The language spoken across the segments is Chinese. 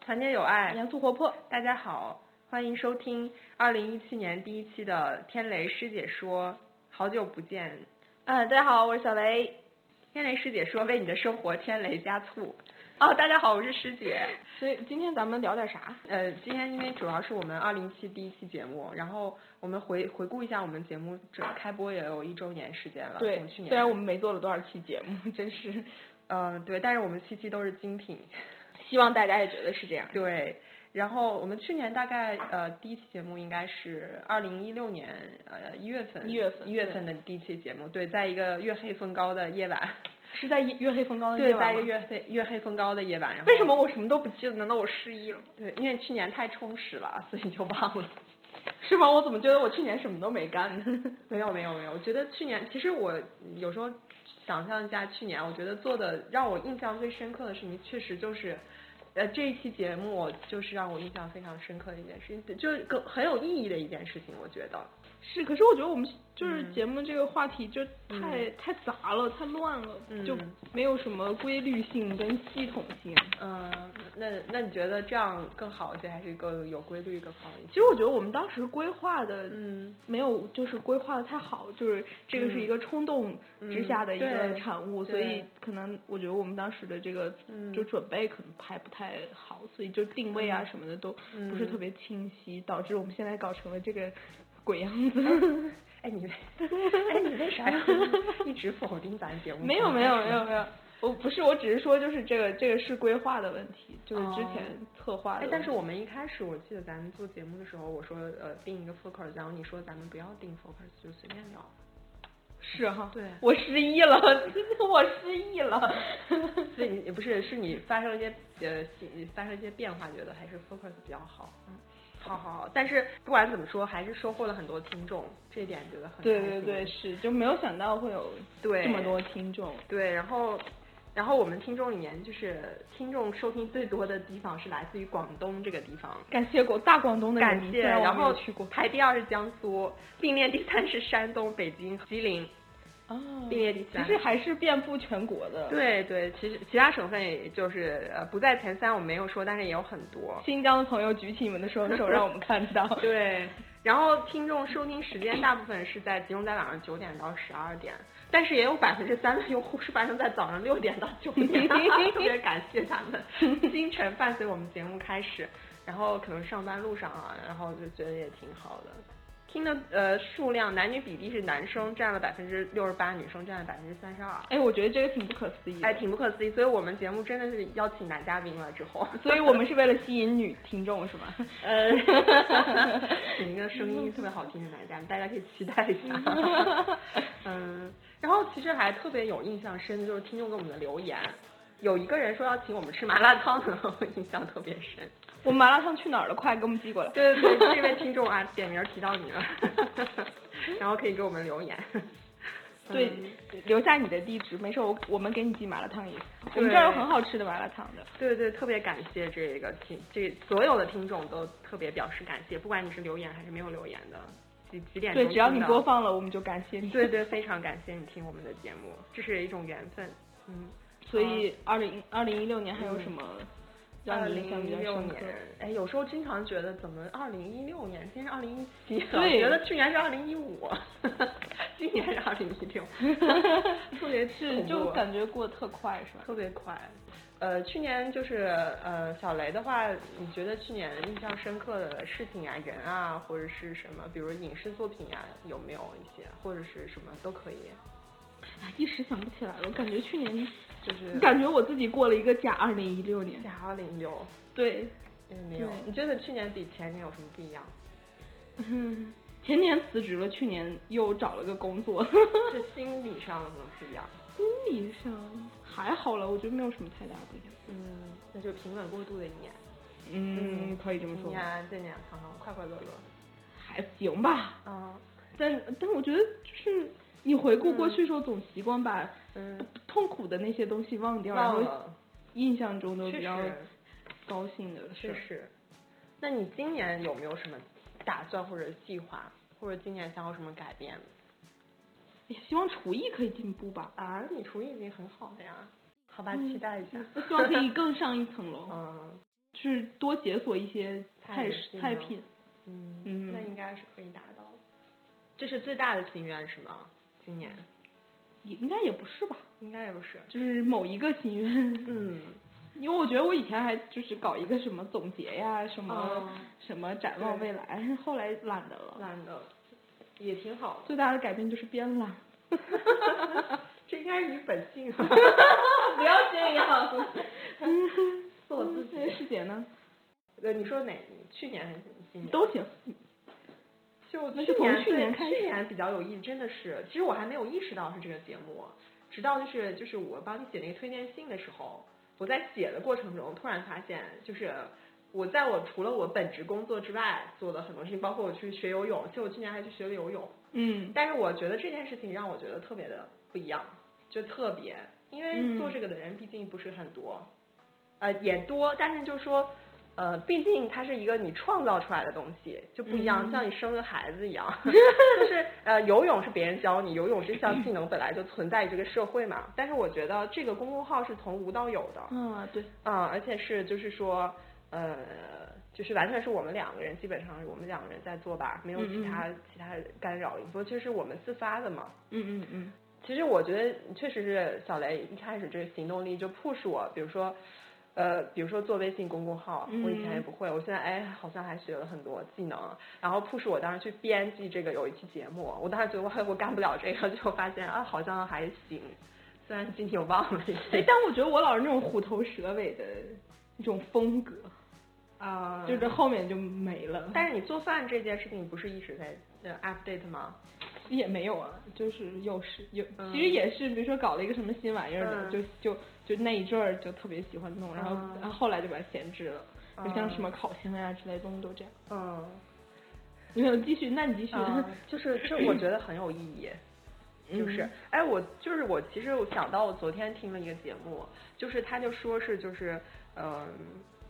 团结友爱，严肃活泼。大家好，欢迎收听二零一七年第一期的天雷师姐说，好久不见。嗯，大家好，我是小雷。天雷师姐说，为你的生活添雷加醋。哦，大家好，我是师姐。所以今天咱们聊点啥？呃，今天因为主要是我们二零一七第一期节目，然后我们回回顾一下我们节目这开播也有一周年时间了。对从去，年虽然我们没做了多少期节目，真是呃对，但是我们期期都是精品。希望大家也觉得是这样。对，然后我们去年大概呃第一期节目应该是二零一六年呃一月份，一月份一月份的第一期节目，对，在一个月黑风高的夜晚，是在月黑风高的对，夜在晚一个吗？月黑月黑风高的夜晚，然后为什么我什么都不记得？难道我失忆了？对，因为去年太充实了，啊所以就忘了。 是吗？我怎么觉得我去年什么都没干呢？没有没有没有，我觉得去年其实我有时候想象一下去年，我觉得做的让我印象最深刻的事情，确实就是。呃，这一期节目就是让我印象非常深刻的一件事情，就是更很有意义的一件事情，我觉得。是，可是我觉得我们就是嗯节目这个话题就太、太杂了，太乱了，嗯就没有什么规律性跟系统性。嗯，那那你觉得这样更好一些，还是更有规律、更好一些？其实我觉得我们当时规划的嗯，没有，就是规划的太好，就是这个是一个冲动之下的一嗯个对产物，所对以可能我觉得我们当时的这个嗯就准备可能还不太好，所以就定位啊什么的都不是嗯特别清晰，导致我们现在搞成了这个鬼样子。 哎，你为，哎，你为啥要一直否定咱节目？ 没有没有没有没有，我不是，我只是说就是这个这个是规划的问题，就是之前策划的哎问，题、但是我们一开始，我记得咱们做节目的时候，我说呃定一个 focus，然后你说咱们不要定 focus，就随便聊。是哈，对我失忆了， 我失忆了。所以你不是是你发生一些呃你发生一些变化，觉得还是 focus 比较好。嗯，好好好，但是不管怎么说，还是收获了很多听众，这一点觉得很对开对心对，是就没有想到会有对这么多听众。对，然后，然后我们听众里面就是听众收听最多的地方是来自于广东这个地方，感谢广大广东的人感民，谢。虽我然没有后去过排第二是江苏，并列第三是山东、北京、吉林，哦，并列第其三。实还是遍布全国的。，对对，其实其他省份也就是呃不在前三，我没有说，但是也有很多。新疆的朋友举起你们的双手，让我们看 到。对，然后听众收听时间大部分是在集中在晚上九点到十二点，但是也有百分之三的用户是发生在早上六点到九点，特别感谢他们，清晨伴随我们节目开始，然后可能上班路上啊，然后就觉得也挺好的。听的呃数量男女比例是男生占了百分之六十八，女生占了百分之三十二，哎，我觉得这个挺不可思议的。哎，挺不可思议。所以我们节目真的是邀请男嘉宾了之后，所以我们是为了吸引女听众是吧？ 呃，请一个声音特别好听的男嘉宾，大家可以期待一 下。嗯，然后其实还特别有印象深，就是听众给我们的留言，有一个人说要请我们吃麻辣烫，然 后我印象特别深。我们麻辣烫去哪儿了？快给我们寄过来。对对对，这位听众啊，点名提到你了， 然后可以给我们留言。对嗯，留下你的地址，没事，我我们给你寄麻辣烫也行。我对们这儿有很好吃的麻辣烫的。对对，特别感谢这个听这所有的听众都特别表示感谢，不管你是留言还是没有留言的，几几点钟对，只要听你的播放了，我们就感谢你。对，对，非常感谢你听我们的节目，这是一种缘分。嗯，所以二零二零一六年还有嗯什么让你印象比较2016深刻？年，哎，有时候经常觉得怎么二零一六年，今天是二零一七，对老觉得去年是二零一五， 今年是二零一 六，特别是，恐就怖啊感觉过得特快，是吧？特别快。呃，去年就是呃，小雷的话，你觉得去年印象深刻的事情啊、人啊，或者是什么，比如影视作品啊，有没有一些，或者是什么都可以，哎一时想不起来了，我感觉去年，就是感觉我自己过了一个假二零一六年。加二零六。对，嗯，没有对。你觉得去年比前年有什么不一 样？嗯，前年辞职了，去年又找了个工作， 是心理上有什么不一样？心理上还好了，我觉得没有什么太大不一样。嗯，那就平稳过渡的一年，嗯嗯，可以这么今说，年健健康康，快快乐乐。还行吧。嗯但但我觉得就是你回顾过去的时候，总习惯把嗯，痛苦的那些东西忘掉，然忘后了，印象中都确比较实高兴的事确儿。实。那你今年有没有什么打算或者计划，或者今年想有什么改变哎呀希望厨艺可以进步吧，啊？你厨艺已经很好了呀，好吧，嗯期待一下。 希望可以更上一层楼。嗯，是多解锁一些菜菜品菜吗品。嗯，嗯那应该是可以达到的。这是最大的心愿是吗？今年也应该也不是吧，应该也不是。就是某一个心愿。嗯， 因为我觉得我以前还就是搞一个什么总结呀，什么、哦什么展望未来，后来懒得了。懒得也挺好最大的改变就是变懒。的，这应该是你本性。啊 不要这样，做我自己嗯那师姐呢？呃，你说哪？去年还是今年？都行。就那去就从年去对年开去始年比较有意，真的是，其实我还没有意识到是这个节目，直到就是就是我帮你写那个推荐信的时候，我在写的过程中突然发现，就是我在我除了我本职工作之外做的很多事情，包括我去学游泳，其实我去年还去学了游泳，嗯但是我觉得这件事情让我觉得特别的不一样，就特别，因为嗯做这个的人毕竟不是很多，呃，也多，但是就说，呃，毕竟它是一个你创造出来的东西，就不一样，嗯像你生个孩子一 样，就是呃，游泳是别人教你，游泳这项技能本来就存在于这个社会嘛，但是我觉得这个公众号是从无到有的，啊，对，啊、而且是就是说，呃，就是完全是我们两个人，基本上是我们两个人在做吧，没有其嗯嗯他其他干扰，不过就是我们自发的嘛。嗯嗯嗯，其实我觉得确实是小雷一开始这个行动力就 push 我，比如说，呃，比如说做微信公众号，我以前也嗯不会，我现在哎好像还学了很多技能，然后 push 我当时去编辑这个有一期节目，我当时觉得我我干不了这个，就发现啊好像还行，虽然今天我忘了一哎些，但我觉得我老是那种虎头蛇尾的一种风格，啊就是后面就没了。但是你做饭这件事情，你不是一直在呃 update 吗？也没有啊，就是有时有，嗯其实也是，比如说搞了一个什么新玩意儿的，嗯就就就那一阵儿就特别喜欢弄，然后、嗯然后后来就把它闲置了，就像什么烤箱呀、之类的东西都这样。嗯，你有 继续，那你继续。嗯 就是这，我觉得很有意义。就是，哎，我就是我，其实我想到我昨天听了一个节目，就是他就说是就是，嗯、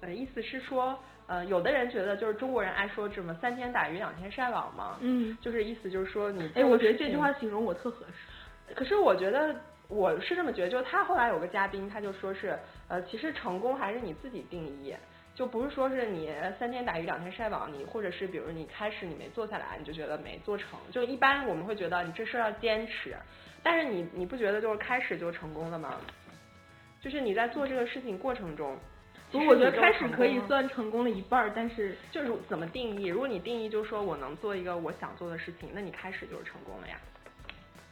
呃，意思是说，呃，有的人觉得就是中国人爱说什么三天打鱼两天晒网嘛， 嗯，就是意思就是说你做哎，我的觉得事这句情话形容我特合适。可是我觉得我是这么觉得，就是他后来有个嘉宾，他就说是，呃，其实成功还是你自己定义，就不是说是你三天打鱼两天晒网，你或者是比如你开始你没做下来，你就觉得没做成，就一般我们会觉得你这事儿要坚持，但是你你不觉得就是开始就成功了吗？就是你在做这个事情过程中，不过我觉得其实开你就始成可以功了算成功了一半儿，但是就是怎么定义？如果你定义就是说我能做一个我想做的事情，那你开始就是成功了呀。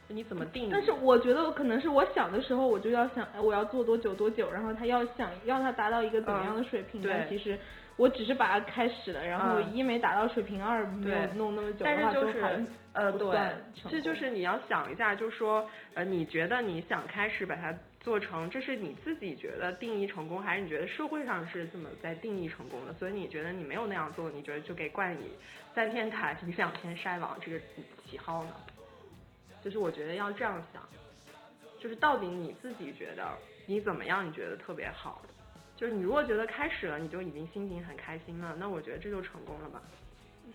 就你怎么定义？但是我觉得可能是我小的时候我就要想哎我要做多久多久，然后他要想让他达到一个怎么样的水平，嗯对但其实我只是把它开始了，然后嗯一没达到水平，二没有对弄那么久但的话，是就还是呃，不对算，成这就功是你要想一下，就是说呃，你觉得你想开始把它做成，这是你自己觉得定义成功，还是你觉得社会上是这么在定义成功的？所以你觉得你没有那样做，你觉得就给冠以三天打鱼两天晒网这个喜好呢？就是我觉得要这样想，就是到底你自己觉得你怎么样，你觉得特别好。就是你如果觉得开始了，你就已经心情很开心了，那我觉得这就成功了吧。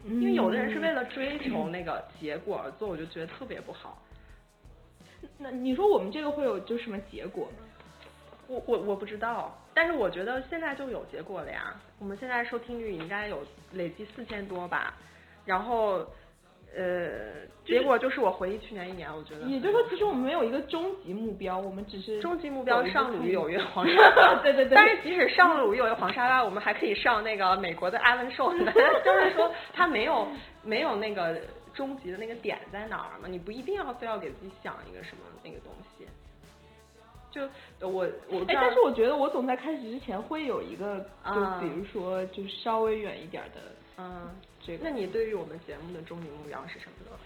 嗯因为有的人是为了追求那个结果而做，我就觉得特别不好。嗯那你说我们这个会有就什么结果吗？我我我不知道，但是我觉得现在就有结果了呀。我们现在收听率应该有累计四千多吧，然后呃，就是结果就是我回忆去年一年，我觉得也就是说，其实我们没有一个终极目标，我们只是终极目标上鲁有约黄 沙啊湾。 对对对，但是即使上了鲁有约黄沙 湾，我们还可以上那个美国的阿文兽， 就是说它没有没有那个终极的那个点在哪儿嘛？你不一定要非要给自己想一个什么那个东西。就我我哎，这儿但是我觉得我总在开始之前会有一个，啊就比如说就稍微远一点儿的嗯，这个那。你对于我们节目的终极目标是什么呢？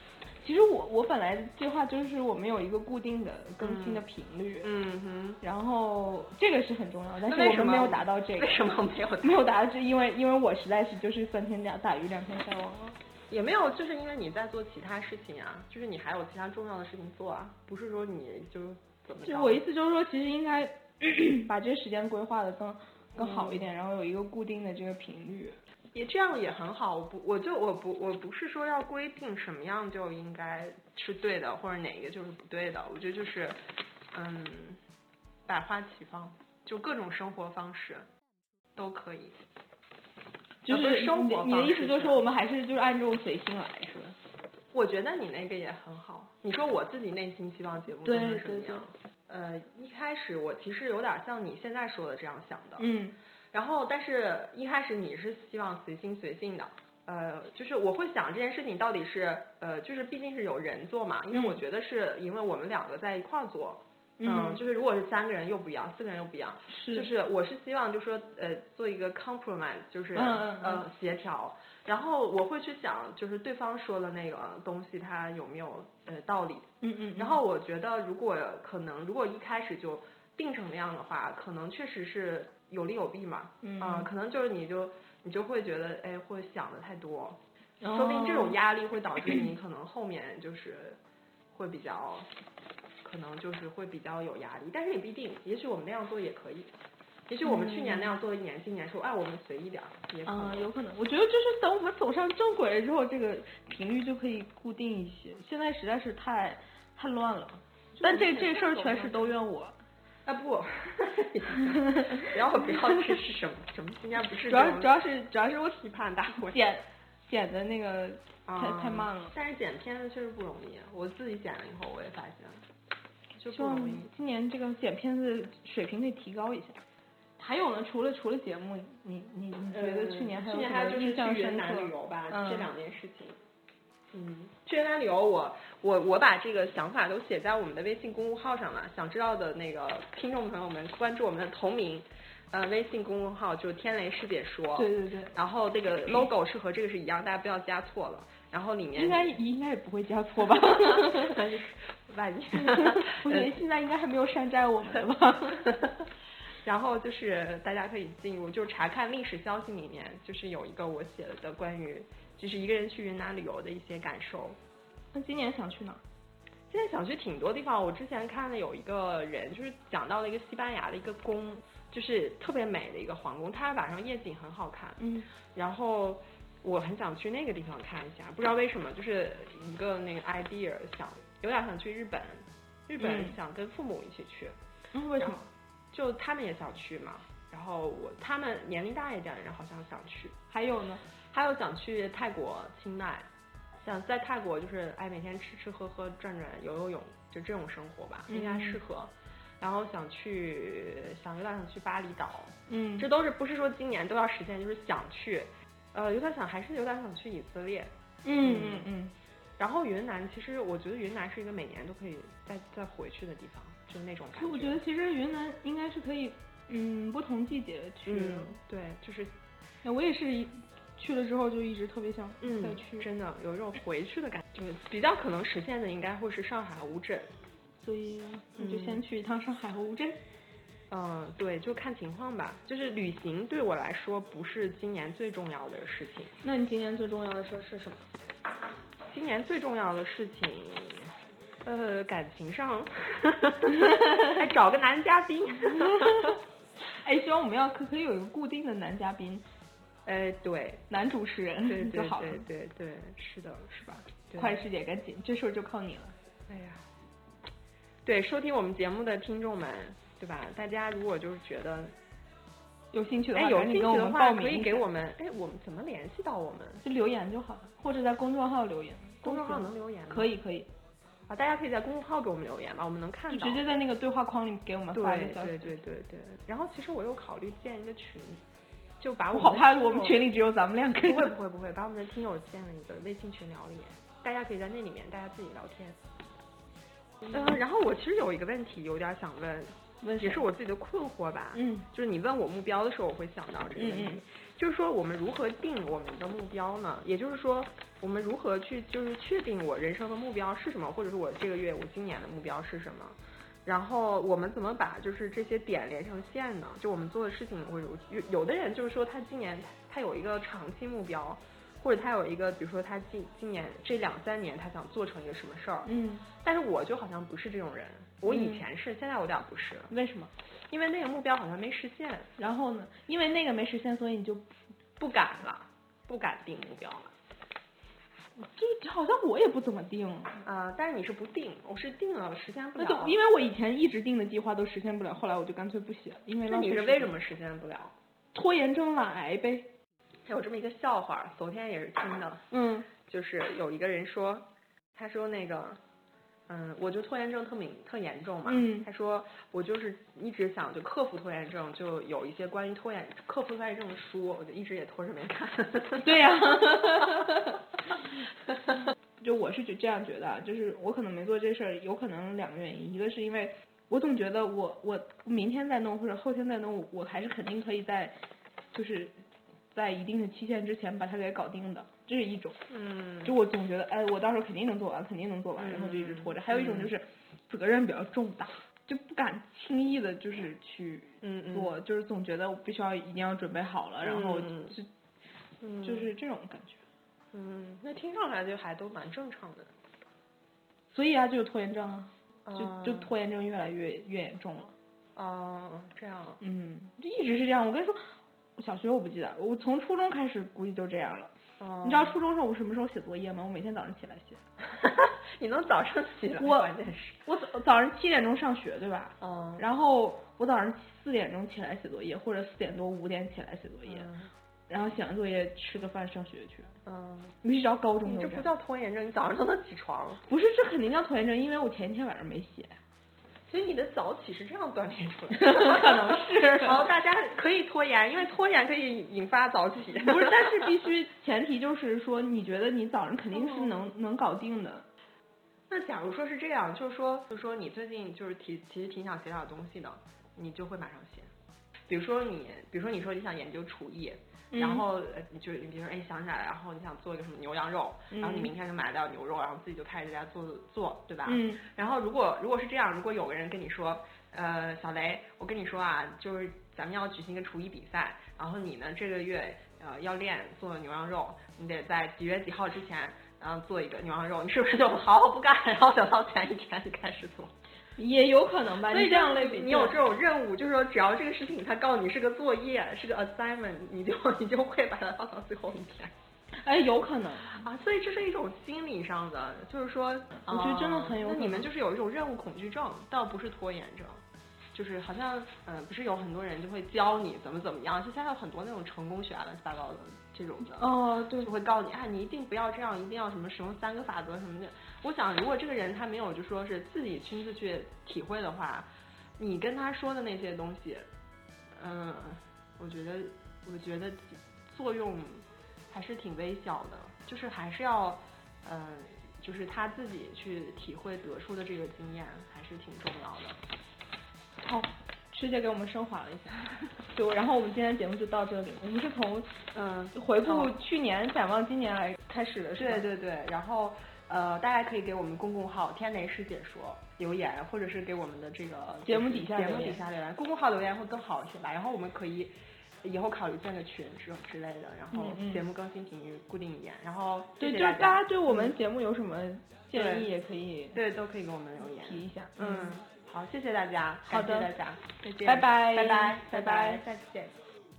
其实我我本来计划就是我们有一个固定的更新的频率，嗯哼，然后这个是很重要，但是那为我什们么没有达到这个为，什么没有？没有达到这，因为因为我实在是就是三天两打鱼两天晒网了。也没有，就是因为你在做其他事情啊，就是你还有其他重要的事情做啊，不是说你就怎么就是着？我意思就是说，其实应该 把这个时间规划的更更好嗯一点，然后有一个固定的这个频率。也这样也很好，我不，我就我不我不是说要规定什么样就应该是对的，或者哪个就是不对的，我觉得就是，嗯，百花齐放，就各种生活方式，都可以。就呃不是是生活你的方意思式就是是说，我们还是就是按这种随性来，是吧？我觉得你那个也很好。你说我自己内心希望节目做成对什么对样？呃，一开始我其实有点像你现在说的这样想的，嗯，然后但是一开始你是希望随心随性的。呃，就是我会想这件事情到底是，呃，就是毕竟是有人做嘛，因为我觉得是因为我们两个在一块儿做，嗯，嗯就是如果是三个人又不一样，四个人又不一样，是就是我是希望就说呃做一个 compromise，就是嗯嗯嗯呃协调，然后我会去想就是对方说的那个东西它有没有呃道理，嗯嗯，然后我觉得如果可能如果一开始就定成那样的话，可能确实是有利有弊嘛，嗯啊可能就是你就你就会觉得哎会想的太多，嗯说不定这种哦压力会导致你可能后面就是会比较，可能就是会比较有压力，但是也不一定，也许我们那样做也可以，也许我们去年那嗯样做一年，今年说哎我们随意点儿，也可啊、能。有可能。我觉得就是等我们走上正轨了之后，这个频率就可以固定一些。现在实在是太太乱了，但这这事儿全是都怨我，啊不，不要 不要，这是什么什么？应该不是主要这种主要是主要是我批判大会。剪剪的那个太、啊太慢了。但是剪片子确实不容易，我自己剪了以后我也发现了，就希不望容易。今年这个剪片子水平可以提高一下。还有呢，除了除了节目，你你你觉得呃去年还有嗯去年什还么就是印象去深云刻南旅游吧，嗯这两件事情。嗯，去云南旅游我，我我把这个想法都写在我们的微信公众号上了，想知道的那个听众朋友们关注我们的同名呃微信公众号，就是天雷师姐说。对对对，然后这个 logo 是和这个是一样，大家不要加错了。然后里面应该应该也 不会加错 吧？万一， 我觉得现在应该还没有山寨我们的吧？ 然后就是大家可以进入，就是查看历史消息里面，就是有一个我写的关于就是一个人去云南旅游的一些感受。那今年想去哪儿？现在想去挺多地方，我之前看了有一个人就是讲到了一个西班牙的一个宫，就是特别美的一个皇宫，它晚上夜景很好看。嗯，然后我很想去那个地方看一下，不知道为什么，就是一个那个 idea 想有点想去日本，日本嗯想跟父母一起去，嗯，为什么？就他们也想去嘛。然后我他们年龄大一点的人好像想去，还有呢？还有想去泰国清迈，想在泰国就是哎每天吃吃喝喝转转游游泳，就这种生活吧，应该嗯适合。然后想去想有点想去巴厘岛，嗯，这都是不是说今年都要实现，就是想去，呃有点想还是有点想去以色列。嗯嗯嗯，然后云南，其实我觉得云南是一个每年都可以再再回去的地方，就那种感所哎以我觉得其实云南应该是可以，嗯，不同季节去的嗯。对，就是那我也是一去了之后就一直特别想再嗯，去，真的有一种回去的感觉，就是比较可能实现的应该会是上海乌镇。所以我就嗯先去一趟上海和乌镇。嗯，对，就看情况吧。就是旅行对我来说不是今年最重要的事情，那你今年最重要的事儿是什么？今年最重要的事情，呃，感情上， 还找个男嘉宾。 哎，希望我们要可可以有一个固定的男嘉宾、哎，对，男主持人对 就对好了对。对对，是的，是吧？对快师姐，赶紧，这事儿就靠你了。哎呀，对，收听我们节目的听众们，对吧？大家如果就是觉得，有兴趣的哎，话，有赶兴趣紧跟我的们话报可名以一给下我们，哎，我们怎么联系到我们？就留言就好了，或者在公众号留言。公众号都行能留言吗？可以可以，啊，大家可以在公众号给我们留言吧，我们能嗯看就到。直接在那个对话框里给我们对发一个消息。对对对对。然后其实我又考虑建一个群，就把我我好怕的我们群里里只有咱们两个不会 人。不会不会，把我们的听友建了一个微信群聊里面，大家可以在那里面大家自己聊天。嗯、然后我其实有一个问题，有点想问，问也谁是我自己的困惑吧。嗯就是你问我目标的时候，我会想到这个问题。嗯嗯就是说，我们如何定我们的目标呢？也就是说，我们如何去就是确定我人生的目标是什么，或者是我这个月我今年的目标是什么？然后我们怎么把就是这些点连成线呢？就我们做的事情会有有有的人就是说他今年他有一个长期目标，或者他有一个比如说他今今年这两三年他想做成一个什么事儿，嗯，但是我就好像不是这种人，我以嗯前是，现在我有点不是了，为什么？因为那个目标好像没实现。然后呢？因为那个没实现，所以你就不敢了，不敢定目标了。就好像我也不怎么定，呃，但是你是不定，我是定了实现不那了。啊就因为我以前一直定的计划都实现不了，后来我就干脆不写了，因为那浪你费是时为间什么实现不了？拖延症晚癌呗。还有这么一个笑话，昨天也是听的，嗯就是有一个人说，他说那个，嗯，我就拖延症特敏特严重嘛，嗯他说我就是一直想就克服拖延症，就有一些关于拖延克服拖延症的书，我就一直也拖着没看。对呀、 就我是觉这样觉得啊，就是我可能没做这事儿，有可能两个原因，一个是因为我总觉得我我明天再弄或者后天再弄，我我还是肯定可以在就是在一定的期限之前把它给搞定的，这是一种。 嗯，就我总觉得，哎，我到时候肯定能做完，肯定能做完，然后就一直拖着。还有一种嗯就是责任比较重大，就不敢轻易的就是去嗯嗯做，就是总觉得我必须要一定要准备好了，然后嗯就嗯就是这种感觉。嗯，那听上来就还都蛮正常的。所以啊，就有拖延症啊，嗯就就拖延症越来越越严重了。哦，这样。嗯，就一直是这样。我跟你说，小学我不记得，我从初中开始估计就这样了。哦，你知道初中时候我什么时候写作业吗？我每天早上起来写。你能早上起来，我关键是。我早早上七点钟上学，对吧？哦。然后我早上四点钟起来写作业，或者四点多五点起来写作业，嗯然后写完作业吃个饭上学去。嗯，你知道高中你都这这不样叫拖延症，你早上都能起床，不是，这肯定叫拖延症，因为我前一天晚上没写。所以你的早起是这样锻炼出来的， 可能是。好， 大家可以拖延，因为拖延可以引发早起。不是，但是必须前提就是说，你觉得你早上肯定是哦能、能搞定的。 那假如说是这样，就是说，就是说你最近就是提，其实挺想写点东西的，你就会马上写。比如说你，比如说你说你想研究厨艺，然后呃你就你比如说哎想起来了，然后你想做一个什么牛羊肉，然后你嗯明天就买点牛肉，然后自己就开始在家做做，对吧？嗯然后如果如果是这样，如果有个人跟你说，呃，小雷，我跟你说啊，就是咱们要举行一个厨艺比赛，然后你呢这个月呃要练做牛羊肉，你得在几月几号之前。然后做一个牛羊肉，你是不是就好我不干，然后等到前一天就开始做？也有可能吧。所以你这样类比，你有这种任务，就是说只要这个事情它告诉你是个作业，是个 assignment，你就你就会把它放到最后一天哎，有可能。啊。所以这是一种心理上的，就是说，我觉得真的啊很有那可你们能就是有一种任务恐惧症，倒不是拖延症，就是好像呃，不是有很多人就会教你怎么怎么样，就现在有很多那种成功学啊乱七八糟的这种的。哦，对就，会告诉你啊，你一定不要这样，一定要什么使用三个法则什么的。我想，如果这个人他没有就说是自己亲自去体会的话，你跟他说的那些东西，嗯、我觉得我觉得作用还是挺微小的，就是还是要，嗯、就是他自己去体会得出的这个经验还是挺重要的。好，师姐给我们升华了一下。就然后我们今天节目就到这里。我们是从嗯，回顾哦去年、展望今年来开始的，是吧对。对对，然后呃，大家可以给我们公共号“天雷师姐说”留言，或者是给我们的这个节目底下节目留底言下留言，公共号留言会更好一些吧。然后我们可以以后考虑建个群之之类的，然后嗯嗯节目更新频率固定一点，然后对，谢就谢是大家嗯家对我们节目有什么建对议，也可以对都可以给我们留言。嗯提一下。嗯，好，谢谢大家，好感谢的大家，再见，拜拜拜拜，拜拜拜拜，再见。